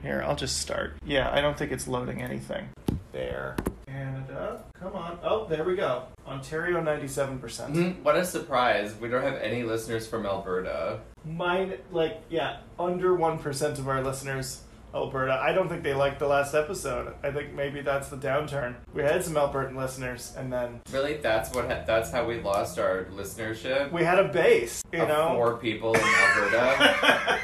Here, I'll just start. Yeah, I don't think it's loading anything. There. Canada. Come on. Oh, there we go. Ontario, 97%. percent Mhm, What a surprise. We don't have any listeners from Alberta. Mine, like, yeah, under 1% of our listeners, Alberta. I don't think they liked the last episode. I think maybe that's the downturn. We had some Albertan listeners, and then Really, that's what ha- that's how we lost our listenership. we had a base, you of know? four people in Alberta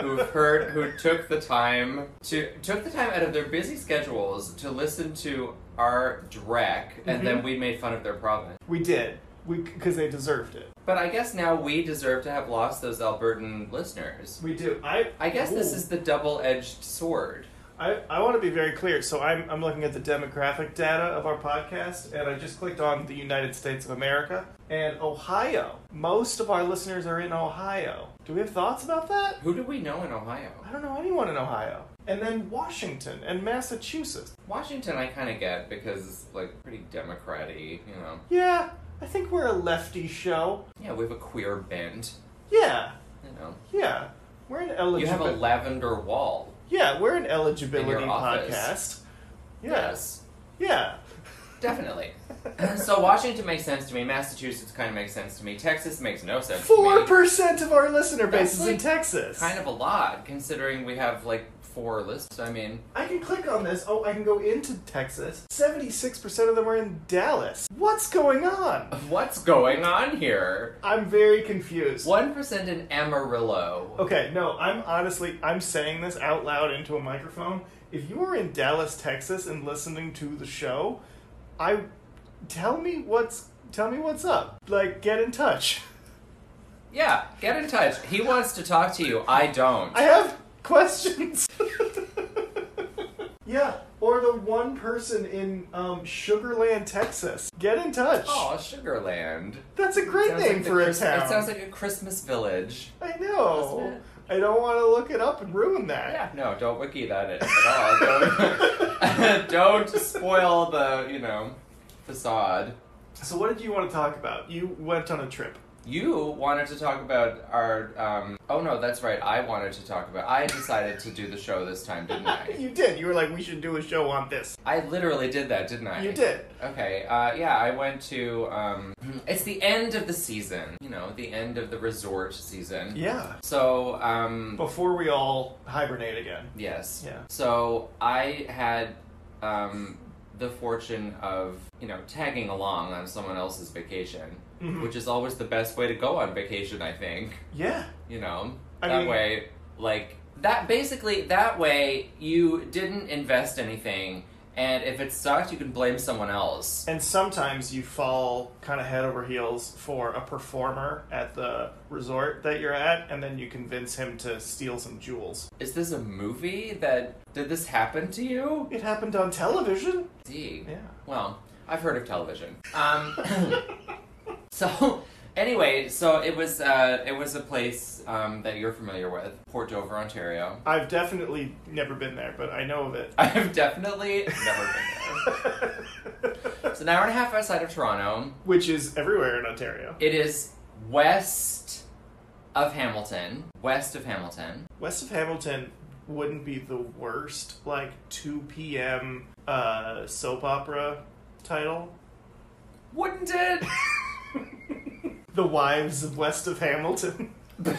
who've heard, who took the time to took the time out of their busy schedules to listen to our dreck, Mm-hmm. and then we made fun of their province. we did. We Because they deserved it. But I guess now we deserve to have lost those Albertan listeners. We do. I, I guess this Ooh. is the double-edged sword. I, I want to be very clear. So I'm, I'm looking at the demographic data of our podcast, and I just clicked on the United States of America and Ohio. Most of our listeners are in Ohio. Do we have thoughts about that? Who do we know in Ohio? I don't know anyone in Ohio. And then Washington and Massachusetts. Washington, I kind of get because it's like pretty democratic, you know. Yeah, I think we're a lefty show. Yeah, we have a queer bent. Yeah, You know, yeah. We're an you have a eligibility. lavender wall. yeah, we're an In eligibility your podcast. office. Yes. Yeah. definitely. so Washington makes sense to me. Massachusetts kind of makes sense to me. Texas makes no sense. Four to me. percent of our listener base That's is in like Texas. Kind of a lot considering we have like four lists. I mean, I can click on this. Oh, I can go into Texas. 76% of them are in Dallas. What's going on? what's going on here? I'm very confused. One percent in Amarillo. Okay, no, I'm honestly, I'm saying this out loud into a microphone. If you are in Dallas, Texas and listening to the show, I tell me what's tell me what's up. Like get in touch. Yeah, get in touch. He wants to talk to you. I don't. I have questions. yeah, or the one person in um, Sugarland, Texas. Get in touch. Oh, Sugarland. That's a great Sounds name like the for a Chris- town. It sounds like a Christmas village. I know. Doesn't it? I don't want to look it up and ruin that. Yeah, no, don't wiki that it at all. Don't, don't spoil the, you know, facade. So, what did you want to talk about? You went on a trip. You wanted to talk about our. Um, oh no, that's right. I wanted to talk about. I decided to do the show this time, didn't I? You did. You were like, we should do a show on this. I literally did that, didn't I? You did. Okay. Uh, yeah, I went to. Um, it's the end of the season. You know, the end of the resort season. Yeah. So, um, Before we all hibernate again. Yes. Yeah. So I had um, the fortune of, you know, tagging along on someone else's vacation, Mhm. which is always the best way to go on vacation, I think. Yeah. You know, I that mean- way, like, that basically, that way, you didn't invest anything, and if it sucked, you can blame someone else. And sometimes you fall kind of head over heels for a performer at the resort that you're at, and then you convince him to steal some jewels. Is this a movie that. Did this happen to you? It happened on television. See. Yeah. Well, I've heard of television. Um, so anyway, so it was uh, it was a place um, that you're familiar with, Port Dover, Ontario. I've definitely never been there, but I know of it. I've definitely never been there. It's an hour and a half outside of Toronto. Which is everywhere in Ontario. It is west of Hamilton. West of Hamilton. West of Hamilton wouldn't be the worst, like, 2 p.m. Uh, soap opera title. Wouldn't it? The Wives of West of Hamilton.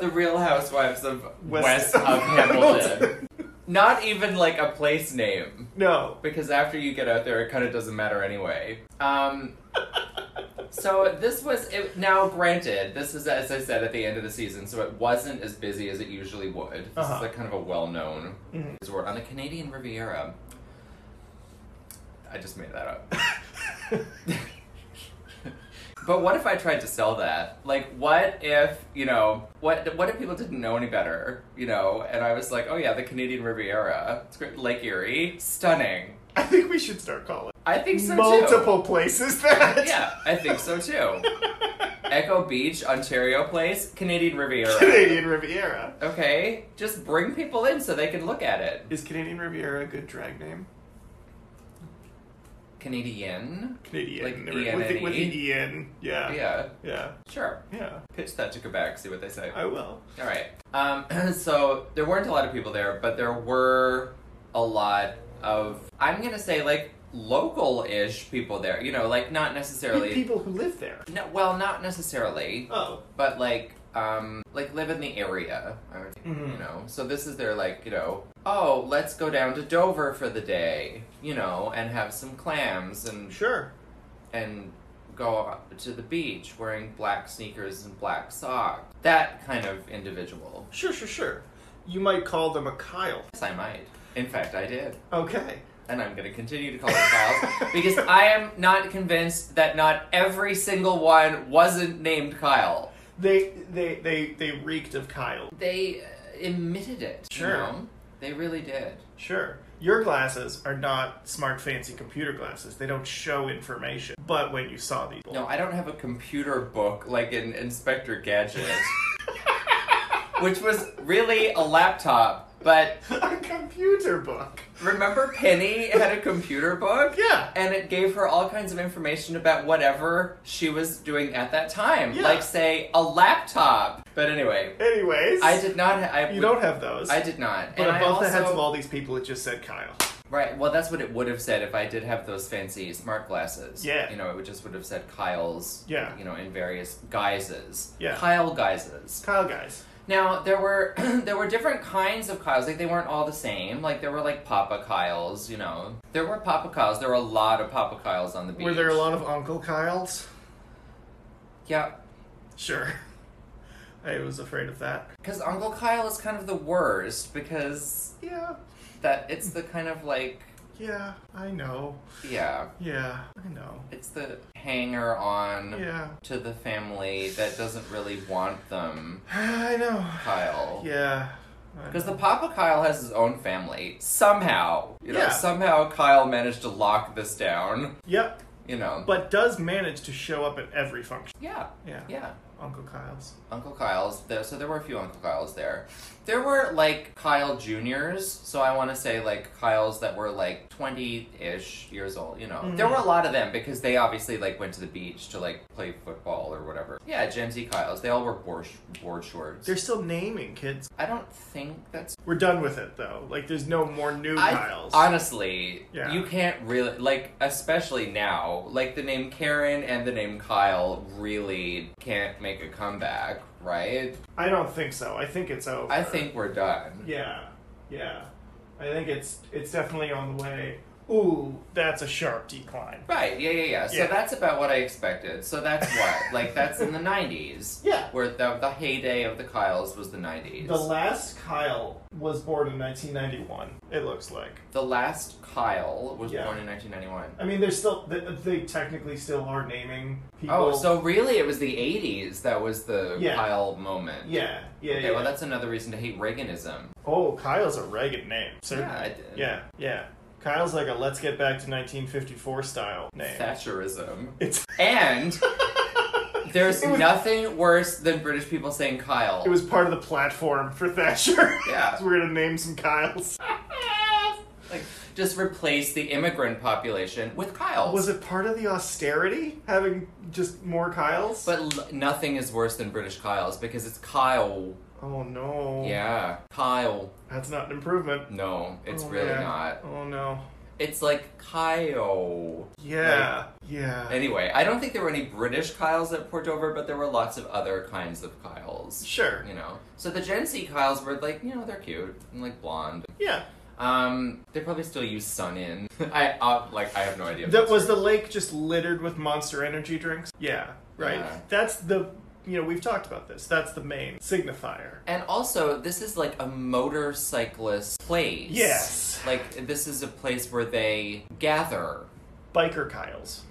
The Real Housewives of West- West, of Hamilton. Not even like a place name. No. because after you get out there, it kind of doesn't matter anyway. Um, so this was it, now granted. This is as I said at the end of the season, so it wasn't as busy as it usually would. This Uh-huh. is a kind of a well-known Mhm. resort on the Canadian Riviera. I just made that up. But what if I tried to sell that? Like, what if you know what? What if people didn't know any better? You know, and I was like, oh yeah, the Canadian Riviera, it's great, Lake Erie, stunning. I think we should start calling I think so too. multiple places that. Yeah, I think so too. Echo Beach, Ontario Place, Canadian Riviera. Canadian Riviera. Okay, just bring people in so they can look at it. Is Canadian Riviera a good drag name? Canadian. Canadian. Like E there- with, the, with the EN. Yeah. Yeah, Yeah. sure. Yeah. Pitch that to Quebec, see what they say. I will. All right. Um, so there weren't a lot of people there, but there were a lot of, I'm going to say, like, local ish people there. You know, like, not necessarily. Pe- People who live there. No, well, not necessarily, Oh. but like, um, like live in the area, I would- Mhm. you know. So this is their like, you know, oh, let's go down to Dover for the day, you know, and have some clams and Sure. and go to the beach wearing black sneakers and black socks. That kind of individual. Sure, sure, sure. You might call them a Kyle. Yes, I might. In fact, I did. Okay. And I'm going to continue to call them Kyle because I am not convinced that not every single one wasn't named Kyle. They they they they reeked of Kyle. They uh, emitted it. you Sure. know? They really did. Sure. Your glasses are not smart fancy computer glasses. They don't show information. But when you saw these No, I don't have a computer book like in Inspector Gadget, which was really a laptop. But a computer book. remember, Penny had a computer book? Yeah. And it gave her all kinds of information about whatever she was doing at that time. Yeah. Like, say, a laptop. But anyway, Anyways, I did not. Ha- I you don't have those. I did not. but and I above the heads also- of all these people, it just said Kyle. Right. Well, that's what it would have said if I did have those fancy smart glasses. Yeah. You know, it would just would have said Kyle's. Yeah. You know, in various guises. Yeah. Kyle guises. Kyle guys. Now there were there were different kinds of Kyles. Like they weren't all the same. Like there were like Papa Kyles. You know, there were Papa Kyles. There were a lot of Papa Kyles on the beach. Were there a lot of Uncle Kyles? Yeah. Sure. I was afraid of that. Because Uncle Kyle is kind of the worst because Yeah. that it's the kind of like Yeah. I know. yeah Yeah. I know. it's the hanger on Yeah. to the family that doesn't really want them. I know. Kyle. Yeah. I Because know. the Papa Kyle has his own family. Somehow. You know, Yeah. somehow Kyle managed to lock this down. Yep. You know. But does manage to show up at every function. yeah. Yeah. Yeah. Uncle Kyle's. Uncle Kyle's. There, so there were a few Uncle Kyle's there. There were, like, Kyle Juniors. So I want to say, like, Kyle's that were, like, 20 ish years old. You know. Mhm. There were a lot of them because they obviously, like, went to the beach to, like, play football or whatever. Yeah, Gen Z Kyle's. They all were board, board shorts. They're still naming kids. I don't think that's We're done with it though. Like there's no more new I- Kyles. Honestly, Yeah. you can't really like, especially now. Like the name Karen and the name Kyle really can't make a comeback, right? I don't think so. I think it's over. I think we're done. Yeah. Yeah. I think it's it's definitely on the way. Ooh, that's a sharp decline. Right? Yeah, yeah, yeah. So Yeah. that's about what I expected. So that's what, like, that's in the '90s, Yeah. where the, the heyday of the Kyles was the '90s. The last Kyle was born in 1991. It looks like. The last Kyle was Yeah. Uh, born in 1991. I mean, they're still they, they technically still are naming people. Oh, so really, it was the '80s that was the Yeah. Kyle moment. yeah, yeah, Okay, yeah. well, that's another reason to hate Reaganism. Oh, Kyle's a Reagan name. Certainly. Yeah, I did. Yeah, yeah. Kyle's like a let's get back to 1954 style name. Thatcherism. It's And there's It was- nothing worse than British people saying Kyle. it was part of the platform for Thatcher. Yeah. So we're gonna name some Kyles. like just replace the immigrant population with Kyles. Was it part of the austerity having just more Kyles? but l- nothing is worse than British Kyles because it's Kyle. oh no. Yeah, Kyle. That's not an improvement. No, it's Oh, really man. not. Oh no. It's like Kyle. Yeah. yeah. Anyway, I don't think there were any British Kyles at Port Dover, but there were lots of other kinds of Kyles. sure. You know, so the Gen Z Kyles were like, you know, they're cute and like blonde Yeah. Um, they probably still use Sun In. I uh, like I have no idea. That was the lake just littered with monster energy drinks. Yeah. Right. Yeah. That's the you know, we've talked about this. That's the main signifier. And also, this is like a motorcyclist place. Yes. Like this is a place where they gather. Biker Kyles.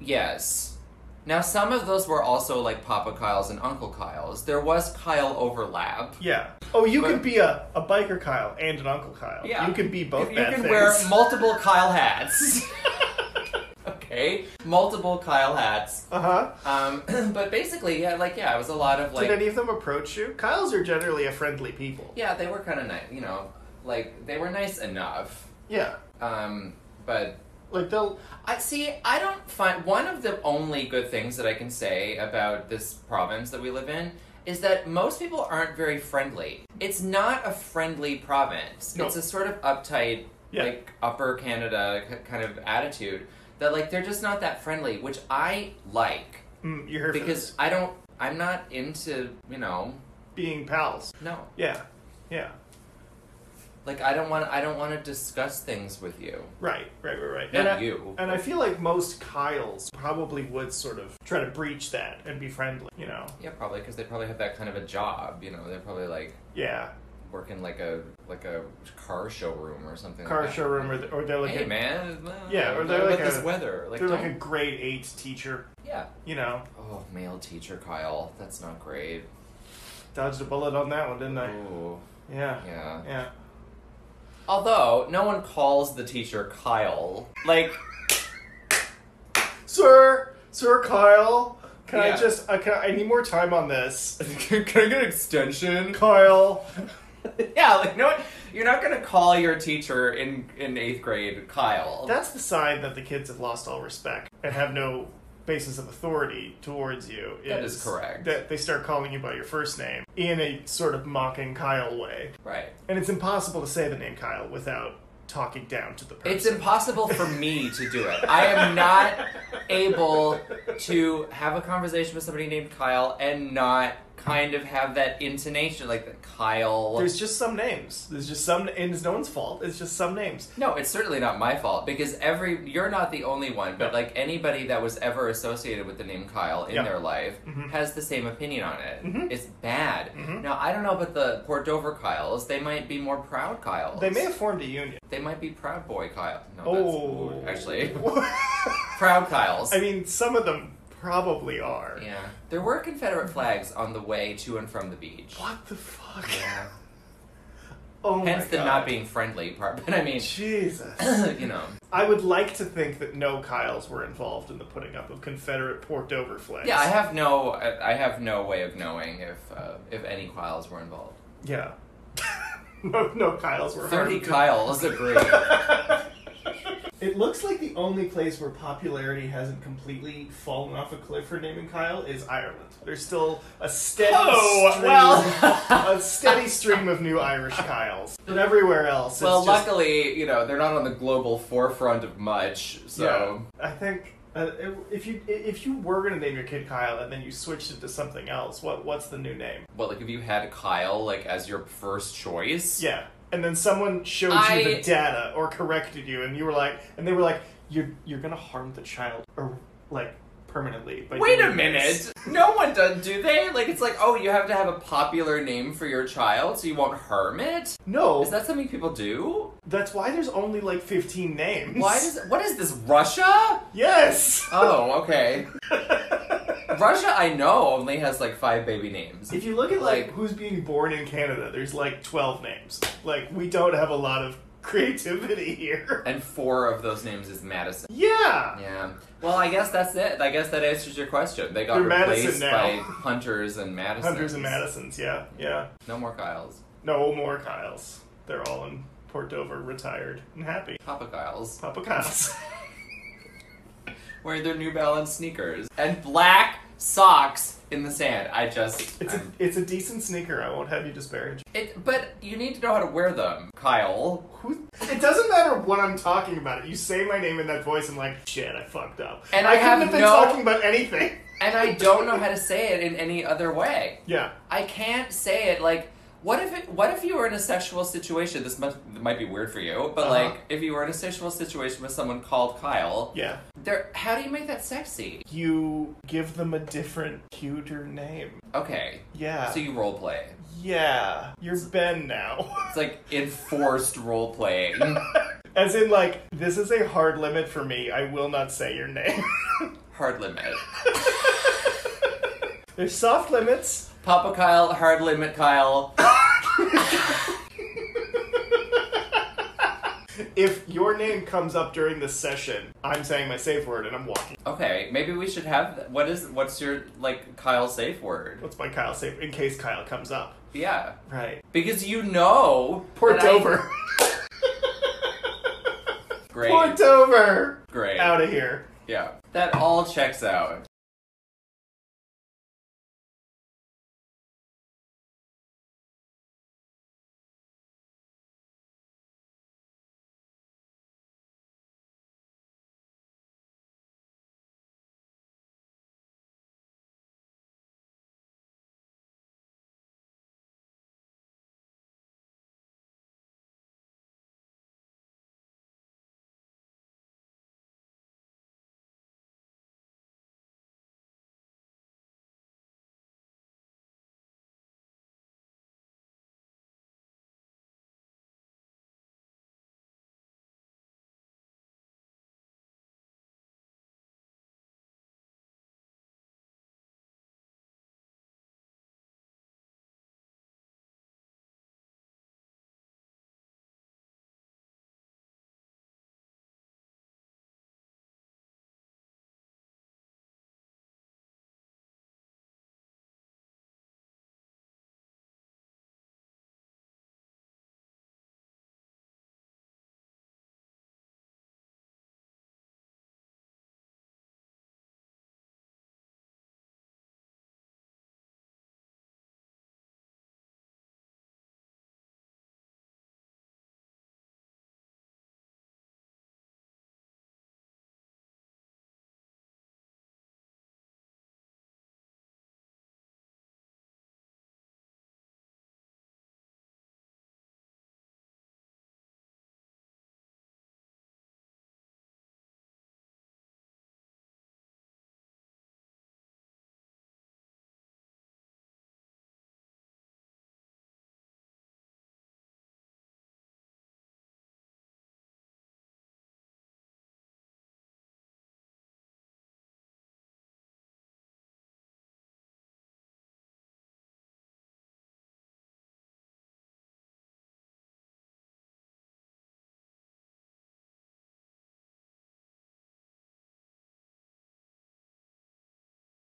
Yes. Now some of those were also like Papa Kyle's and Uncle Kyle's. There was Kyle overlap. Yeah. Oh, you But- can be a, a biker Kyle and an Uncle Kyle. Yeah. You can be both You bad can things. wear multiple Kyle hats. okay, multiple Kyle hats. uh-huh. Um, but basically, yeah, like yeah, it was a lot of like. Did any of them approach you? Kyles are generally a friendly people. Yeah, they were kind of nice, you know, like they were nice enough. Yeah. Um, but Like they'll I see. I don't find one of the only good things that I can say about this province that we live in is that most people aren't very friendly. It's not a friendly province. No. It's a sort of uptight, Yeah. like upper Canada k- kind of attitude that like they're just not that friendly, which I like mm, you're here for because this. I don't. I'm not into you know being pals. no Yeah, yeah, like I don't want I don't want to discuss things with you. right, right, right, right. Not and I, you. And I feel like most Kyles probably would sort of try to breach that and be friendly. You know? Yeah, probably because they probably have that kind of a job. You know, they're probably like Yeah. work in like a like a car showroom or something. Car like that. showroom, or, th- or they're like Hey a, man, Yeah, or look they're at like this a- weather. Like, they're like a don't- grade eight teacher. yeah. You know, Oh, male teacher Kyle, that's not great. dodged a bullet on that one, didn't I? Ooh, Yeah, Mm. yeah. yeah. Although no one calls the teacher Kyle. Like, Sir, Sir Kyle, can I Yeah. just? I, can, I need more time on this, can I get an extension? Kyle. yeah, like no, one- you're not gonna call your teacher in in eighth grade Kyle. That's the sign that the kids have lost all respect and have no basis of authority towards you. That is correct. That they start calling you by your first name in a sort of mocking Kyle way, right. and it's impossible to say the name Kyle without talking down to the person. It's impossible for me to do it. I am not able to have a conversation with somebody named Kyle and not kind of have that intonation, like that Kyle. There's just some names. There's just some, and it's no one's fault. It's just some names. no, it's certainly not my fault because every you're not the only one, but No. like anybody that was ever associated with the name Kyle in Yeah. Mm-hmm. their life has the same opinion on it. Mhm. It's bad. Mhm. Now I don't know about the Port Dover Kyles. They might be more proud Kyles. They may have formed a union. They might be proud boy Kyle. No, Oh, that's ooh, actually proud Kyles. I mean, some of them probably are. Yeah. There were Confederate flags on the way to and from the beach. What the fuck? Yeah. Oh Hence my the God. not being friendly part. But I mean, Jesus. you know. I would like to think that no Kyles were involved in the putting up of Confederate Port Dover flags. Yeah, I have no, I I have no way of knowing if uh, if any Kyles were involved. Yeah. no, no Kyles were. Thirty harmed. Kyles agree. It looks like the only place where popularity hasn't completely fallen off a cliff for naming Kyle is Ireland. There's still a steady Oh, stream, well. a steady stream of new Irish Kyles. But everywhere else, it's well, just, luckily, you know, they're not on the global forefront of much. So Yeah. I think uh, if you if you were gonna name your kid Kyle and then you switched it to something else, what what's the new name? what, like, if you had Kyle like as your first choice? Yeah, and then someone showed you I- the data or corrected you, and you were like, and they were like, you're you're gonna harm the child or like permanently. By Wait a doing this." minute! No one does, do they? Like, it's like, oh, you have to have a popular name for your child so you won't harm it? No, Is that something people do? that's why there's only like 15 names. Why does what is this Russia? Yes. Oh, okay. Russia, I know, only has like five baby names. if you look at like Like- who's being born in Canada, there's like 12 names. Like we don't have a lot of creativity here. And four of those names is Madison. Yeah. Yeah. Well, I guess that's it. I guess that answers your question. They got They're Madison replaced now. by Hunters and Madison. Hunters and Madisons, yeah, yeah. No more Kyles. No more Kyles. They're all in Port Dover, retired and happy. Papa Kyles. Papa Kyles. Wearing their New Balance sneakers. And black socks in the sand. I just. It's a, I'm- it's a decent sneaker, I won't have you disparage. it, but you need to know how to wear them, Kyle. Who, it doesn't matter what I'm talking about. You say my name in that voice, I'm like, shit, I fucked up. And I, I couldn't have have been no- talking about anything. And I don't know how to say it in any other way. Yeah. I can't say it like what if it, what if you were in a sexual situation this must, might be weird for you but Uh-huh. like if you were in a sexual situation with someone called Kyle Yeah. there how do you make that sexy You give them a different, cuter name. okay Yeah. so you role play yeah. You're Ben now. it's like enforced role playing As in, like, this is a hard limit for me. I will not say your name. hard limit There's soft limits. Papa Kyle hard limit Kyle If your name comes up during this session, I'm saying my safe word and I'm walking. okay maybe we should have th- what is what's your like Kyle safe word What's my Kyle safe? In case Kyle comes up. yeah Right. because you know Port that I- Dover. Great. Porked over. Great. Out of here. Yeah. That all checks out.